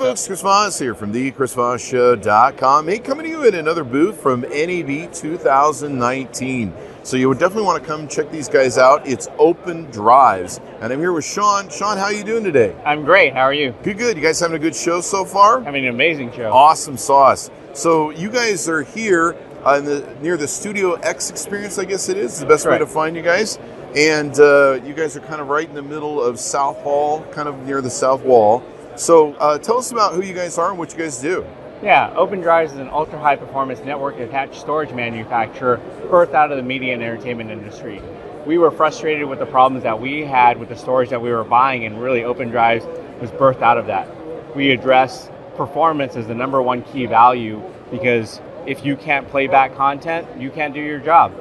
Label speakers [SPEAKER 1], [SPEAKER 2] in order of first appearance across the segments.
[SPEAKER 1] folks, Chris Voss here from thechrisvossshow.com. Hey, coming to you in another booth from E NAB 2019. So you would definitely want to come check these guys out. It's Open Drives, and I'm here with Sean. Sean, how you doing today?
[SPEAKER 2] I'm great. How are you?
[SPEAKER 1] Good, good. You guys having a good show so far?
[SPEAKER 2] Having an amazing show.
[SPEAKER 1] Awesome sauce. So you guys are here uh, in the, near the Studio X experience, I guess it is. the best way
[SPEAKER 2] right.
[SPEAKER 1] to find you guys. And uh, you guys are kind of right in the middle of South Hall, kind of near the South Wall. So uh, tell us about who you guys are and what you guys do.
[SPEAKER 2] Yeah, Open Drives is an ultra high performance network attached storage manufacturer birthed out of the media and entertainment industry. We were frustrated with the problems that we had with the storage that we were buying, and really Open Drives was birthed out of that. We address performance as the number one key value because if you can't play back content, you can't do your job.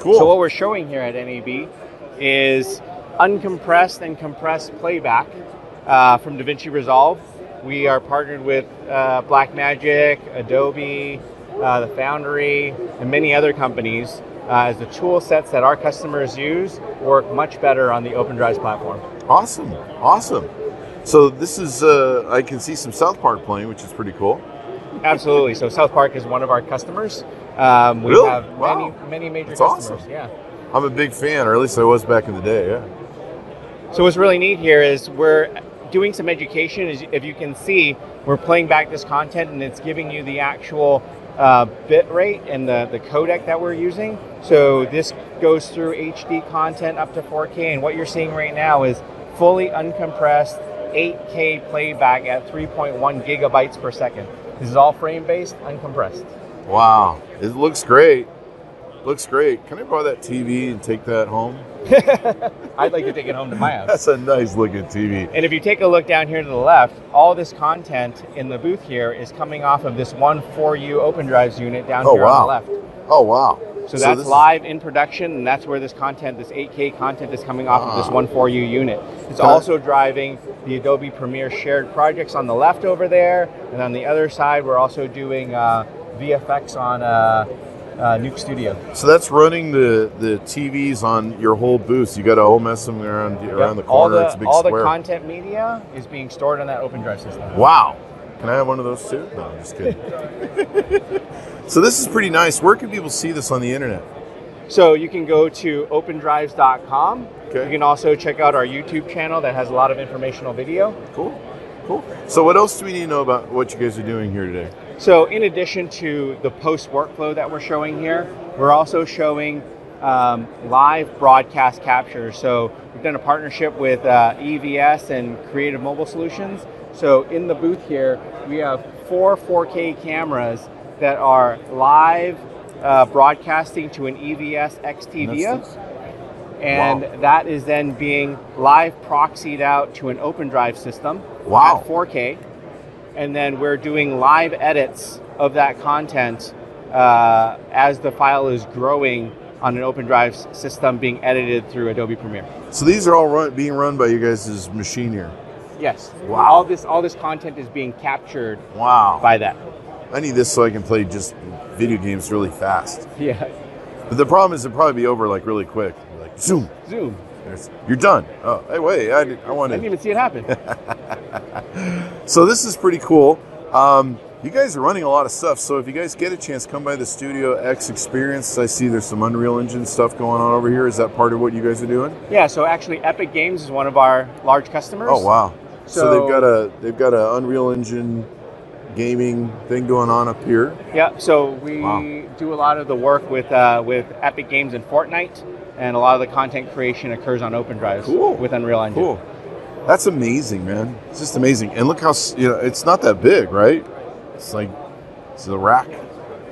[SPEAKER 1] Cool.
[SPEAKER 2] So what we're showing here at NAB is uncompressed and compressed playback uh, from DaVinci Resolve. We are partnered with uh, Blackmagic, Adobe, uh, the Foundry, and many other companies uh, as the tool sets that our customers use work much better on the OpenDrives platform.
[SPEAKER 1] awesome. Awesome. So this is, uh, I can see some South Park playing, which is pretty cool.
[SPEAKER 2] Absolutely. So South Park is one of our customers. Um, we
[SPEAKER 1] Really?
[SPEAKER 2] have many,
[SPEAKER 1] Wow.
[SPEAKER 2] many major
[SPEAKER 1] That's awesome.
[SPEAKER 2] customers. Yeah.
[SPEAKER 1] I'm a big fan, or at least I was back in the day, yeah.
[SPEAKER 2] So what's really neat here is we're doing some education. As if you can see, we're playing back this content and it's giving you the actual uh, bit rate and the, the codec that we're using. So this goes through HD content up to 4K, and what you're seeing right now is fully uncompressed 8K playback at 3.1 gigabytes per second. This is all frame based, uncompressed.
[SPEAKER 1] Wow. It looks great. Looks great. Can I borrow that TV and take that home?
[SPEAKER 2] I'd like to take it home to my house.
[SPEAKER 1] That's a nice looking TV.
[SPEAKER 2] And if you take a look down here to the left, all this content in the booth here is coming off of this one 4U Open Drives unit down
[SPEAKER 1] Oh,
[SPEAKER 2] here
[SPEAKER 1] wow.
[SPEAKER 2] on the left.
[SPEAKER 1] Oh, wow.
[SPEAKER 2] So that's
[SPEAKER 1] this is-
[SPEAKER 2] live in production, and that's where this content, this 8K content, is coming off of this
[SPEAKER 1] Ah.
[SPEAKER 2] one 4U unit. It's
[SPEAKER 1] Got it.
[SPEAKER 2] also driving the Adobe Premiere shared projects on the left over there, and on the other side, we're also doing uh, VFX on uh, uh, Nuke Studio.
[SPEAKER 1] So that's running the, the TVs on your whole booth. You got a whole mess of them around around the
[SPEAKER 2] Yep. all
[SPEAKER 1] corner.
[SPEAKER 2] the,
[SPEAKER 1] it's a big
[SPEAKER 2] all
[SPEAKER 1] square.
[SPEAKER 2] the content media is being stored on that Open Drive system.
[SPEAKER 1] wow. Can I have one of those too? No, I'm just kidding. so this is pretty nice. Where can people see this on the internet?
[SPEAKER 2] So you can go to opendrives.com.
[SPEAKER 1] Okay.
[SPEAKER 2] You can also check out our YouTube channel that has a lot of informational video.
[SPEAKER 1] Cool. Cool. So what else do we need to know about what you guys are doing here today?
[SPEAKER 2] So in addition to the post workflow that we're showing here, we're also showing um, live broadcast capture. So we've done a partnership with uh, EVS and Creative Mobile Solutions. So in the booth here, we have four 4K cameras that are live uh, broadcasting to an E EVS XTVia. and
[SPEAKER 1] Wow.
[SPEAKER 2] that is then being live proxied out to an open drive system
[SPEAKER 1] Wow.
[SPEAKER 2] at 4K. And then we're doing live edits of that content uh, as the file is growing on an open drive s- system being edited through Adobe Premiere.
[SPEAKER 1] So these are all run, being run by you guys' machine here.
[SPEAKER 2] Yes.
[SPEAKER 1] Wow.
[SPEAKER 2] All this all this content is being captured
[SPEAKER 1] Wow.
[SPEAKER 2] by that.
[SPEAKER 1] I need this so I can play just video games really fast.
[SPEAKER 2] Yeah.
[SPEAKER 1] But the problem is it'll probably be over like really quick. Like zoom.
[SPEAKER 2] Zoom.
[SPEAKER 1] There's, you're done. Oh, hey, wait. I, did- I
[SPEAKER 2] I
[SPEAKER 1] wanted.
[SPEAKER 2] didn't even see it happen.
[SPEAKER 1] So this is pretty cool. Um, you guys are running a lot of stuff. So if you guys get a chance, come by the Studio X experience. I see there's some Unreal Engine stuff going on over here. Is that part of what you guys are doing?
[SPEAKER 2] yeah. So actually, Epic Games is one of our large customers.
[SPEAKER 1] Oh wow! So,
[SPEAKER 2] So-
[SPEAKER 1] they've got a they've got a Unreal Engine gaming thing going on up here.
[SPEAKER 2] Yeah, so we
[SPEAKER 1] Wow.
[SPEAKER 2] do a lot of the work with uh, with Epic Games and Fortnite, and a lot of the content creation occurs on Open Drives
[SPEAKER 1] Cool.
[SPEAKER 2] with Unreal Engine.
[SPEAKER 1] Cool. That's amazing, man. It's just amazing. And look how s- you know it's not that big, right? It's like it's a rack.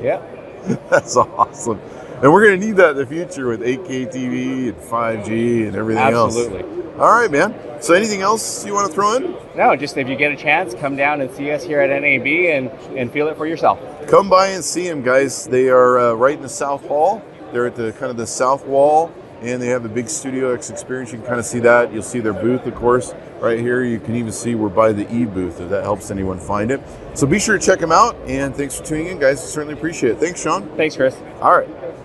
[SPEAKER 2] Yeah,
[SPEAKER 1] That's awesome. And we're gonna need that in the future with 8K TV and 5G and everything else.
[SPEAKER 2] absolutely.
[SPEAKER 1] All right, man. So, anything else you want to throw in?
[SPEAKER 2] No, just if you get a chance, come down and see us here at NAB and and feel it for yourself.
[SPEAKER 1] Come by and see them, guys. They are uh, right in the South Hall. They're at the kind of the South Wall, and they have the big Studio X experience. You can kind of see that. You'll see their booth, of course, right here. You can even see we're by the E booth if that helps anyone find it. So, be sure to check them out. And thanks for tuning in, guys. Certainly appreciate it. Thanks, Sean.
[SPEAKER 2] Thanks, Chris.
[SPEAKER 1] All right.